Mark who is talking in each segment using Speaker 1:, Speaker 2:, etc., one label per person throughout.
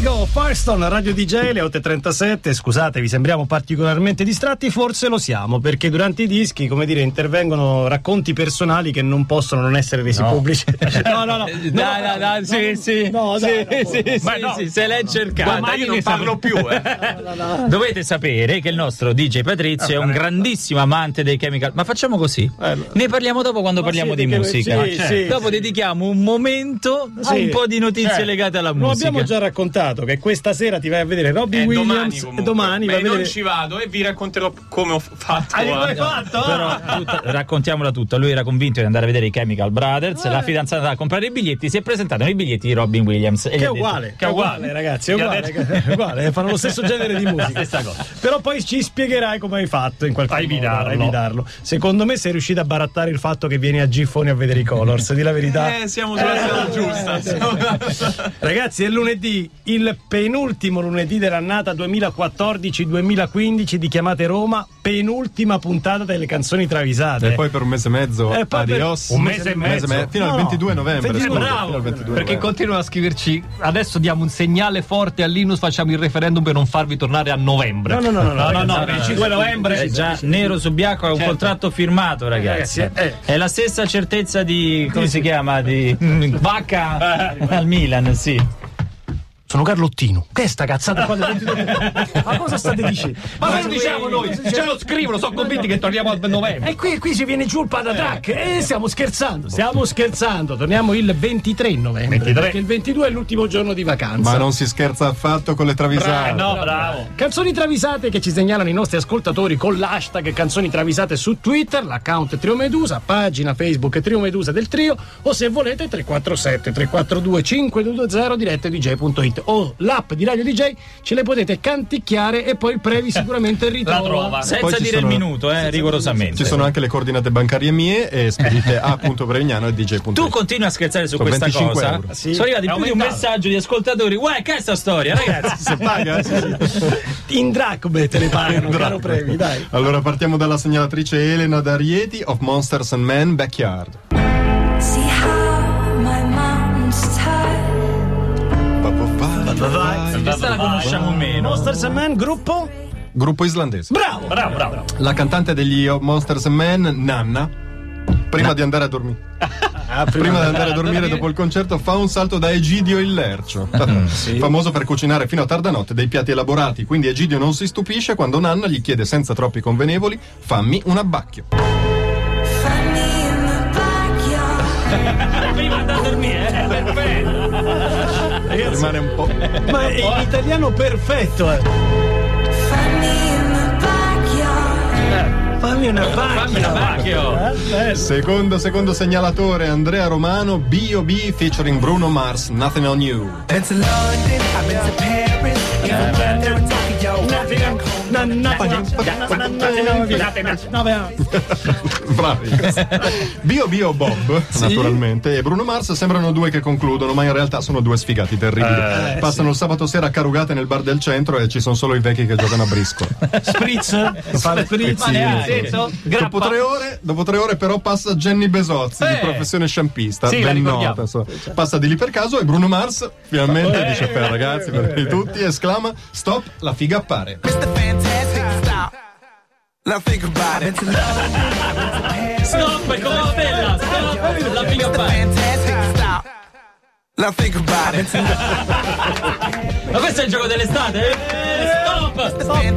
Speaker 1: Firestone, Radio DJ, le 8.37. Scusate, vi sembriamo particolarmente distratti? Forse lo siamo, perché durante i dischi, come dire, intervengono racconti personali che non possono non essere resi
Speaker 2: No.
Speaker 1: pubblici. No, no, no.
Speaker 3: Dai, dai, dai, sì, sì.
Speaker 1: no,
Speaker 3: sì,
Speaker 1: dai, no,
Speaker 3: sì,
Speaker 1: no.
Speaker 3: sì,
Speaker 2: Ma no.
Speaker 3: sì, se l'è cercata.
Speaker 2: Guarda, io non
Speaker 3: ne
Speaker 2: parlo
Speaker 3: sape-
Speaker 2: più. eh.
Speaker 3: Dovete sapere che il nostro DJ Patrizio
Speaker 1: Ah,
Speaker 3: è un grandissimo amante dei Chemical. Ma facciamo così: ne parliamo dopo quando parliamo
Speaker 1: sì,
Speaker 3: di
Speaker 1: di che-
Speaker 3: musica. Cioè,
Speaker 1: sì, sì,
Speaker 3: dopo
Speaker 1: sì.
Speaker 3: dedichiamo un momento a
Speaker 1: Sì. Eh.
Speaker 3: un po' di notizie
Speaker 2: Cioè,
Speaker 3: legate alla
Speaker 1: Lo
Speaker 3: musica.
Speaker 1: abbiamo già raccontato che questa sera ti vai a vedere Robbie
Speaker 2: Eh,
Speaker 1: Williams
Speaker 2: comunque.
Speaker 1: e domani
Speaker 2: Beh,
Speaker 1: vai a
Speaker 2: non
Speaker 1: vedere...
Speaker 2: ci vado e vi racconterò come ho fatto.
Speaker 1: Ah,
Speaker 2: a-
Speaker 1: l'hai fatto?
Speaker 3: Però tutta- raccontiamola tutta. Lui era convinto di andare a vedere i Chemical Brothers.
Speaker 1: Eh.
Speaker 3: La fidanzata andava a comprare i biglietti. Si è presentato nei biglietti di Robin Williams. e gli
Speaker 1: Che è
Speaker 3: ha detto-
Speaker 1: uguale,
Speaker 3: che è uguale.
Speaker 1: ragazzi, è uguale, è uguale, Eh, fanno lo stesso genere di musica.
Speaker 3: stessa cosa.
Speaker 1: Però poi ci spiegherai come hai fatto in qualche
Speaker 2: A
Speaker 1: modo
Speaker 2: evitarlo.
Speaker 1: a evitarlo. Secondo me sei riuscito a barattare il fatto che vieni a Giffoni a vedere i Colors, di la verità. Eh,
Speaker 2: Eh, siamo sulla strada giusta. siamo-
Speaker 1: Ragazzi, è lunedì, il penultimo lunedì dell'annata 2014-2015 di Chiamate Roma, penultima puntata delle canzoni travisate.
Speaker 4: E poi per un mese e mezzo,
Speaker 1: Eh. E poi per-
Speaker 4: adios.
Speaker 1: un mese e mezzo.
Speaker 4: fino
Speaker 1: No,
Speaker 4: al
Speaker 1: no.
Speaker 4: 22 novembre.
Speaker 1: 22,
Speaker 4: scusa,
Speaker 1: bravo.
Speaker 4: fino al 22
Speaker 5: Perché
Speaker 4: novembre.
Speaker 5: continuano a scriverci adesso diamo un segnale forte a Linus, facciamo il referendum per non farvi tornare a novembre.
Speaker 1: No, no, no, no,
Speaker 3: No, no, no,
Speaker 1: ragazzi,
Speaker 3: il 22 novembre è già nero su bianco, è un contratto firmato, ragazzi.
Speaker 1: Ragazzi, Certo. eh.
Speaker 3: È la stessa certezza di come si chiama? Di mm, Vacca
Speaker 1: Eh.
Speaker 3: al Milan, sì.
Speaker 1: Sono Carlottino. Che è sta cazzata qua del 22? Ma cosa state dicendo?
Speaker 5: Ma non lo diciamo noi, ce lo scrivono, sono convinti che torniamo a novembre.
Speaker 1: E qui, qui ci viene giù il patatrack. E stiamo scherzando. Eh. Stiamo scherzando. Torniamo il 23 novembre.
Speaker 2: 23.
Speaker 1: Perché il 22 è l'ultimo giorno di vacanza.
Speaker 4: Ma non si scherza affatto con le
Speaker 1: Ah,
Speaker 3: Eh
Speaker 4: travisate.
Speaker 2: bravo.
Speaker 1: Canzoni travisate che ci segnalano i nostri ascoltatori con l'hashtag canzoni travisate su Twitter, l'account Trio Medusa, pagina Facebook Trio Medusa del trio o se volete 347 342 5220 diretto dj.it o l'app di Radio DJ ce le potete canticchiare e poi il Previ sicuramente ritrova.
Speaker 2: trova.
Speaker 4: Poi
Speaker 3: Senza
Speaker 4: ci
Speaker 3: dire il
Speaker 4: sono-
Speaker 3: minuto, eh, rigorosamente.
Speaker 4: Ci sono anche le coordinate bancarie mie e spedite a punto Prevignano e dj.it.
Speaker 3: Tu continui a scherzare su
Speaker 4: Sono
Speaker 3: questa
Speaker 4: 25
Speaker 3: cosa.
Speaker 4: euro.
Speaker 1: Sì.
Speaker 3: Sono arrivati
Speaker 2: È
Speaker 3: più di un
Speaker 2: aumentato.
Speaker 3: messaggio di ascoltatori. Uè, che è sta storia, ragazzi?
Speaker 4: se paga? Sì, sì.
Speaker 1: In dracme te le pagano, caro
Speaker 4: Bravo.
Speaker 1: Previ, dai.
Speaker 4: Allora partiamo dalla segnalatrice Elena D'Arieti of Monsters and Men Backyard.
Speaker 6: See how my mind's tied.
Speaker 3: Questa la conosciamo meno.
Speaker 1: Monsters and Men, gruppo?
Speaker 4: Gruppo islandese.
Speaker 1: Bravo!
Speaker 2: Bravo, bravo.
Speaker 4: La cantante degli Monsters and Men, Nanna, prima di andare a dormire. Ah, Prima di andare a dormire Mm, dopo il concerto fa un salto da Egidio il Lercio, famoso per cucinare fino a tarda notte dei piatti elaborati, quindi Egidio non si stupisce quando Nanna gli chiede senza troppi convenevoli fammi un abbacchio.
Speaker 6: Find me in the backyard.
Speaker 4: Rimane un po'.
Speaker 1: Ma è in italiano perfetto, eh.
Speaker 6: Find me in the backyard.
Speaker 1: Fammi una pagina.
Speaker 4: Secondo, secondo segnalatore Andrea Romano, B.O.B. featuring Bruno Mars, Nothing on You. Bravi. B.O.B. o Bob, naturalmente, e Bruno Mars sembrano due che concludono, ma in realtà sono due sfigati
Speaker 1: Eh,
Speaker 4: terribili. Passano il sabato sera carugate nel bar del centro e ci sono solo i vecchi che giocano a briscola.
Speaker 1: Spritz? Fa spritz. eh,
Speaker 4: Sì.
Speaker 5: Senso?
Speaker 4: Dopo tre, ore, dopo tre ore però passa Jenny Besozzi, di professione sciampista,
Speaker 5: la
Speaker 4: ben
Speaker 5: ricordiamo.
Speaker 4: nota. so. Passa di lì per caso e Bruno Mars finalmente dice per ragazzi, per tutti, esclama stop, la figa appare.
Speaker 3: Stop, è come stella. Stop, la figa fa. Ma questo è il gioco dell'estate? Eh, Stop! Stop!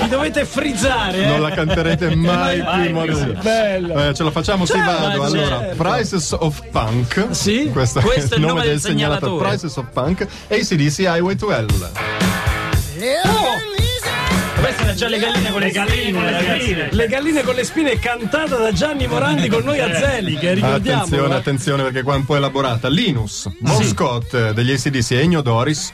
Speaker 1: Vi dovete frizzare.
Speaker 4: Non la canterete mai più in modo
Speaker 1: Bello.
Speaker 4: Eh, ce la facciamo, sì, vado.
Speaker 3: ma
Speaker 4: Allora,
Speaker 3: certo.
Speaker 4: Prices of Punk.
Speaker 1: Sì,
Speaker 4: questo,
Speaker 3: questo è il nome del segnalatore.
Speaker 4: Prices of Punk, ACDC Highway 12.
Speaker 3: Queste sono già le galline con le galline, ragazzi.
Speaker 1: Le galline con le spine è cantata da Gianni Morandi con noi a Zeli, che ricordiamo.
Speaker 4: Attenzione,
Speaker 1: eh.
Speaker 4: attenzione perché qua è un po' elaborata. Linus, Bon Scott eh, degli ACDC e Egno Doris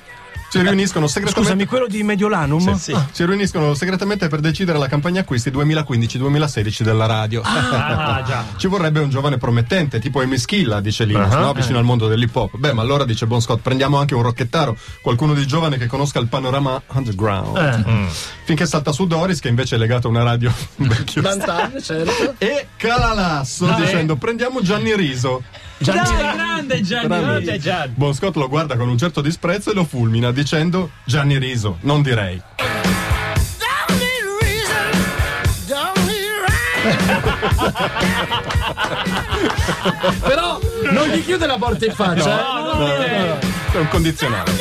Speaker 4: si riuniscono segretamente.
Speaker 1: Scusami, quello di Mediolanum?
Speaker 3: Sì.
Speaker 4: Si riuniscono segretamente per decidere la campagna acquisti 2015-2016 della radio. Ci vorrebbe un giovane promettente, tipo Amy Schilla, dice Linus, no? vicino al mondo dell'hip hop. Beh, ma allora dice Bon Scott, prendiamo anche un rocchettaro, qualcuno di giovane che conosca il panorama underground. Mm. Finché salta su Doris, che invece è legato a una radio vecchio.
Speaker 1: Vantagno, certo.
Speaker 4: E cala l'asso dicendo prendiamo Gianni Riso.
Speaker 1: Gianni-
Speaker 3: Dai, grande Gianni,
Speaker 4: Bravi.
Speaker 3: grande Gianni.
Speaker 4: Bon Scott lo guarda con un certo disprezzo e lo fulmina dicendo Gianni Riso, non direi.
Speaker 1: Però non gli chiude la porta in faccia. eh.
Speaker 3: No, non direi.
Speaker 4: È un condizionale.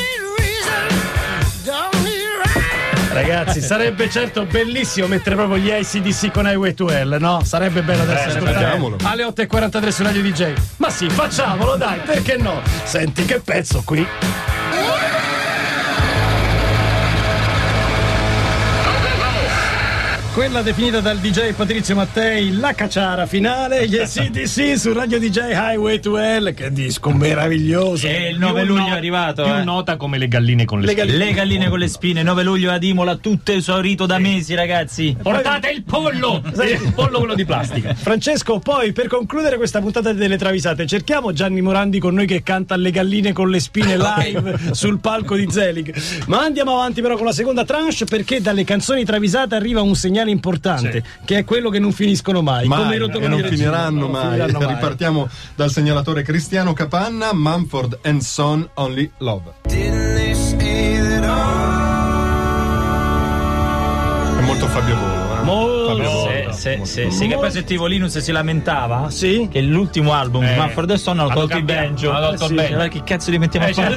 Speaker 1: Ragazzi, sarebbe certo bellissimo mettere proprio gli ACDC con Highway to Hell, no? Sarebbe bello
Speaker 3: Eh,
Speaker 1: adesso ascoltare
Speaker 4: facciamolo.
Speaker 1: alle 8.43 su Radio DJ. Ma sì, facciamolo, dai, perché no? Senti che pezzo qui. Quella definita dal DJ Patrizio Mattei la cacciara finale, gli ACDC su Radio DJ Highway to Hell, che disco meraviglioso.
Speaker 3: E il 9 luglio è arrivato.
Speaker 5: Più
Speaker 3: eh.
Speaker 5: nota come le galline con le
Speaker 1: Le galline.
Speaker 3: Le galline con le spine, 9 luglio ad Imola, tutto esaurito da mesi, ragazzi. Portate il pollo! Il pollo quello di plastica.
Speaker 1: Francesco, poi per concludere questa puntata delle travisate, cerchiamo Gianni Morandi con noi che canta Le galline con le spine live sul palco di Zelig. Ma andiamo avanti però con la seconda tranche perché dalle canzoni travisate arriva un segnale importante, che è quello che non finiscono mai. come
Speaker 4: Mai,
Speaker 1: i rotoloni
Speaker 4: e non
Speaker 1: di Regina.
Speaker 4: finiranno
Speaker 1: Non
Speaker 4: mai.
Speaker 1: finiranno mai.
Speaker 4: Ripartiamo dal segnalatore Cristiano Capanna, Mumford and Son, Only Love. È molto Fabio Volo. Eh? Fabio Volo,
Speaker 3: Sì,
Speaker 4: molto.
Speaker 3: sì, sì, sì, che poi sentivo Linus si lamentava
Speaker 1: Sì?
Speaker 3: che l'ultimo album di Manfred Son hanno tolto il
Speaker 2: cambiato,
Speaker 3: banjo.
Speaker 2: hanno tolto il
Speaker 3: Eh,
Speaker 2: banjo.
Speaker 3: allora che cazzo li mettiamo a fare?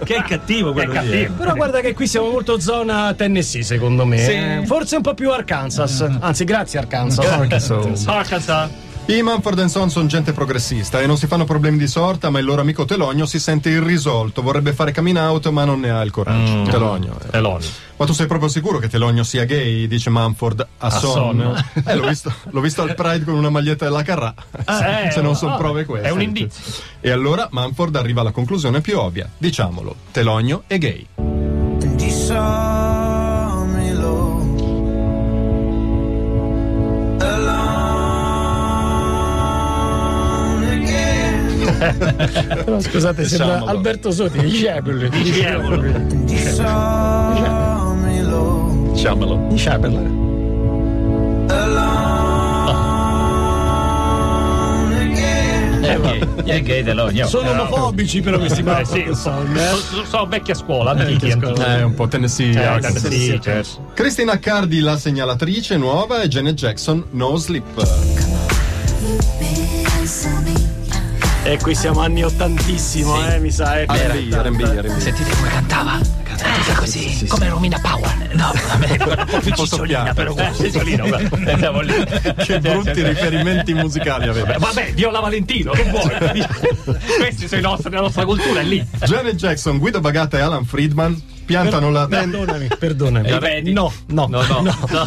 Speaker 3: che è cattivo quello lì, eh.
Speaker 1: Però guarda che qui siamo molto zona Tennessee, secondo me. eh. Forse un po' più Arkansas.
Speaker 3: Mm.
Speaker 1: Anzi, grazie Arkansas.
Speaker 4: I Manford and Son sono gente progressista e non si fanno problemi di sorta, ma il loro amico Telogno si sente irrisolto, vorrebbe fare coming out, ma non ne ha il coraggio. Telogno. eh. Ma tu sei proprio sicuro che Telogno sia gay? Dice Manford a Son. Eh, l'ho visto, l'ho visto al Pride con una maglietta della Carrà. Se- Se non sono prove queste. Ah, eh, oh, È un indizio. E allora Manford arriva alla conclusione più ovvia. Diciamolo, Telogno è gay.
Speaker 1: Però scusate, sembra
Speaker 4: Diciamolo.
Speaker 1: Alberto Soti, Diablo.
Speaker 4: Diciamolo.
Speaker 1: Diablo.
Speaker 3: È gay, è gay dell'ogno.
Speaker 1: Eh, Sono omofobici però questi Manfred and Son, eh.
Speaker 2: So, vecchia scuola.
Speaker 4: Eh, un po' Tennessee. Arkansas.
Speaker 2: Sì,
Speaker 4: certo. Cristina Cardi, la segnalatrice nuova, e Janet Jackson, No Sleep.
Speaker 1: E qui siamo anni ottantissimo, eh, mi sa. eh.
Speaker 4: R&B, R&B, R&B.
Speaker 7: Sentite come cantava. Cantava così, come Romina Power. No, vabbè,
Speaker 4: Tipo soffiata.
Speaker 7: però.
Speaker 3: Andiamo lì.
Speaker 4: Che brutti riferimenti musicali aveva.
Speaker 7: Cioè, Vabbè, Viola Valentino, che vuoi? Questi sono i nostri, la nostra cultura è lì.
Speaker 4: Janet Jackson, Guido Bagata e Alan Friedman piantano la tenda.
Speaker 1: Perdonami, perdonami.
Speaker 3: Ripeti.
Speaker 1: No, no, no.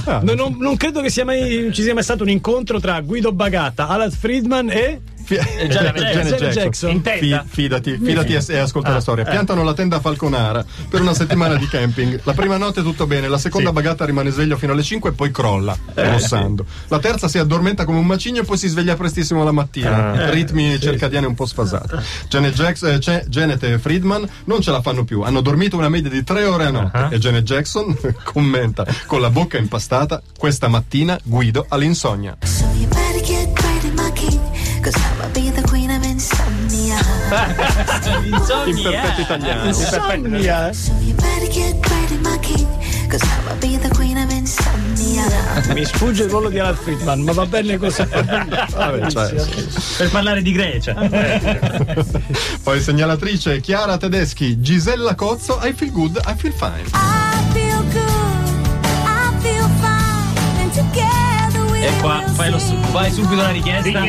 Speaker 1: No, non, non credo che sia mai, ci sia mai stato un incontro tra Guido Bagata, Alan Friedman e
Speaker 4: Fi-
Speaker 3: Janet
Speaker 1: Janet Jackson.
Speaker 4: Fi- fidati, fidati e, e ascolta la storia. Piantano la tenda a Falconara per una settimana di camping. La prima notte tutto bene, la seconda bagata rimane sveglio fino alle 5 e poi crolla, rossando. La terza si addormenta come un macigno e poi si sveglia prestissimo la mattina. Ritmi circadiani un po' sfasati. Janet, Jackson, eh, Ce- Janet e Friedman non ce la fanno più. Hanno dormito una media di 3 ore a notte. E Janet Jackson commenta con la bocca impastata: Questa mattina guido all'insonnia.
Speaker 6: So you better get ready, my king, cause I'ma be the queen of insomnia.
Speaker 4: In
Speaker 3: eh.
Speaker 4: perfetto italiano.
Speaker 1: Insomnia.
Speaker 6: So you better get ready, my king, cause I'ma be the queen of insomnia.
Speaker 1: Mi sfugge il volo di Alan Friedman, ma va bene così.
Speaker 4: Vabbè, cioè,
Speaker 3: Per parlare di Grecia.
Speaker 4: Poi segnalatrice Chiara Tedeschi, Gisella Cozzo, I feel good, I feel fine.
Speaker 6: I feel good, I feel fine, and together we
Speaker 3: E qua fai lo su- vai subito la richiesta.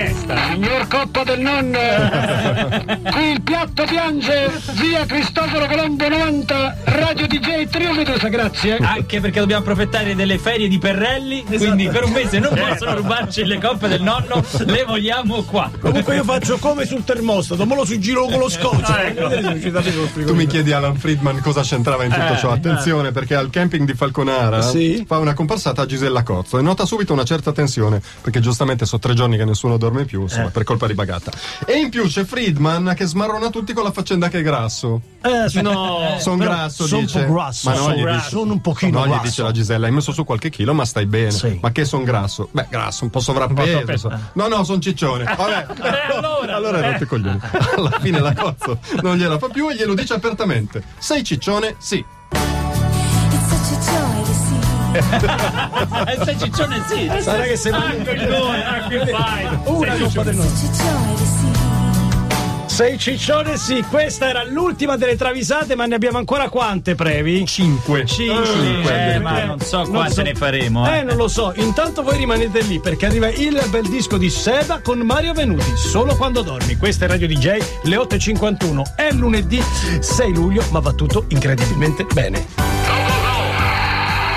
Speaker 1: Signor cotto del nonno, qui il piatto piange, via Cristoforo Colombo 90, Radio DJ Triomedosa, grazie.
Speaker 3: Anche perché dobbiamo approfittare delle ferie di Perrelli, quindi per un mese non possono rubarci le coppe del nonno, le vogliamo qua.
Speaker 1: Comunque io faccio come sul termostato, me lo si giro con lo scotch. Eh,
Speaker 4: Tu mi chiedi Alan Friedman cosa c'entrava in tutto ciò. Attenzione perché al camping di Falconara
Speaker 1: Sì.
Speaker 4: fa una comparsata a Gisella Cozzo e nota subito una certa pensione perché giustamente sono tre giorni che nessuno dorme più, insomma, per colpa di Bagata. E in più c'è Friedman che smarrona tutti con la faccenda che è grasso.
Speaker 1: Eh, no,
Speaker 4: Son
Speaker 1: però
Speaker 4: grasso,
Speaker 1: son
Speaker 4: dice.
Speaker 1: un po' grasso,
Speaker 4: Ma no,
Speaker 1: son
Speaker 4: gli
Speaker 1: grasso,
Speaker 4: dice-
Speaker 1: sono un pochino
Speaker 4: No, gli
Speaker 1: grasso.
Speaker 4: dice la Gisella, hai messo su qualche chilo, ma stai bene.
Speaker 1: Sì.
Speaker 4: Ma che son grasso? Beh, grasso, un po' sovrappeso. so- No, no, son ciccione. Vabbè.
Speaker 1: Eh,
Speaker 4: allora, era rotto i coglioni. Alla fine la cozzo non gliela fa più e glielo dice apertamente. Sei ciccione? Sì.
Speaker 6: It's such a joy to see.
Speaker 3: Sei ciccione sì.
Speaker 1: Sarà che se una coppa del nostro.
Speaker 6: Such a joy to see.
Speaker 1: Sei ciccione, sì, questa era l'ultima delle travisate, ma ne abbiamo ancora quante previ? Cinque. Cinque.
Speaker 3: Eh,
Speaker 1: Eh,
Speaker 3: ma non so quante
Speaker 1: so.
Speaker 3: ne faremo.
Speaker 1: Eh, non lo so, intanto voi rimanete lì perché arriva il bel disco di Seba con Mario Venuti, solo quando dormi. Questa è Radio DJ, le 8.51, è lunedì 6 luglio, ma va tutto incredibilmente bene.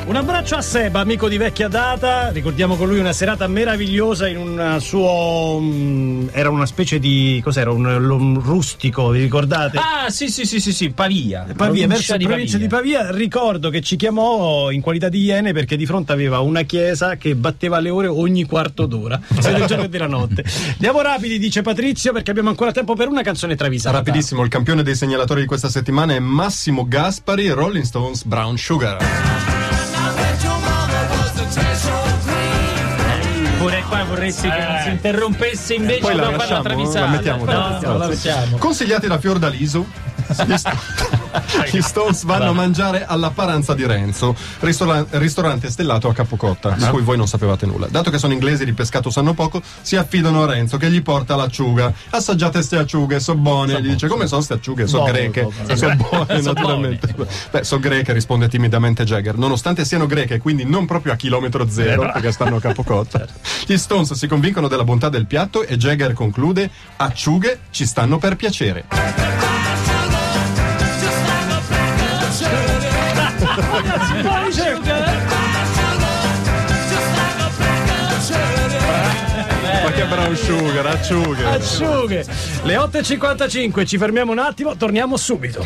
Speaker 1: Un abbraccio a Seba, amico di vecchia data. Ricordiamo con lui una serata meravigliosa in un suo. mm, era una specie di. cos'era? Un, un rustico, vi ricordate?
Speaker 3: Ah, sì, sì, sì, sì, sì, Pavia.
Speaker 1: Pavia, verso
Speaker 3: Provincia di
Speaker 1: provincia di
Speaker 3: Pavia.
Speaker 1: Pavia, ricordo che ci chiamò in qualità di iene perché di fronte aveva una chiesa che batteva le ore ogni quarto d'ora, sia del giorno che della notte. Andiamo rapidi, dice Patrizio, perché abbiamo ancora tempo per una canzone travisata.
Speaker 4: Rapidissimo, il campione dei segnalatori di questa settimana è Massimo Gaspari, Rolling Stones, Brown Sugar.
Speaker 3: Pure qua vorresti che non si interrompesse invece
Speaker 4: Eh. Poi la
Speaker 3: dopo
Speaker 4: lasciamo?
Speaker 3: travisata.
Speaker 4: La mettiamo dopo?
Speaker 3: no, no, la mettiamo.
Speaker 4: Consigliati da Fiordaliso. Gli, Sto- gli Stones vanno a mangiare alla Paranza di Renzo, ristoran- ristorante stellato a Capocotta, di cui voi non sapevate nulla. Dato che sono inglesi di pescato sanno poco, si affidano a Renzo che gli porta l'acciuga. Assaggiate ste acciughe, so buone. Gli dice come sono ste acciughe? So
Speaker 1: Buone,
Speaker 4: greche.
Speaker 1: buone.
Speaker 4: So buone, naturalmente. Beh, so greche, risponde timidamente Jagger. Nonostante siano greche, quindi non proprio a chilometro zero, perché stanno a Capocotta. Gli Stones si convincono della bontà del piatto e Jagger conclude: acciughe ci stanno per piacere. Ma che brown sugar, acciughe.
Speaker 1: Acciughe. Le 8.55, ci fermiamo un attimo, torniamo subito.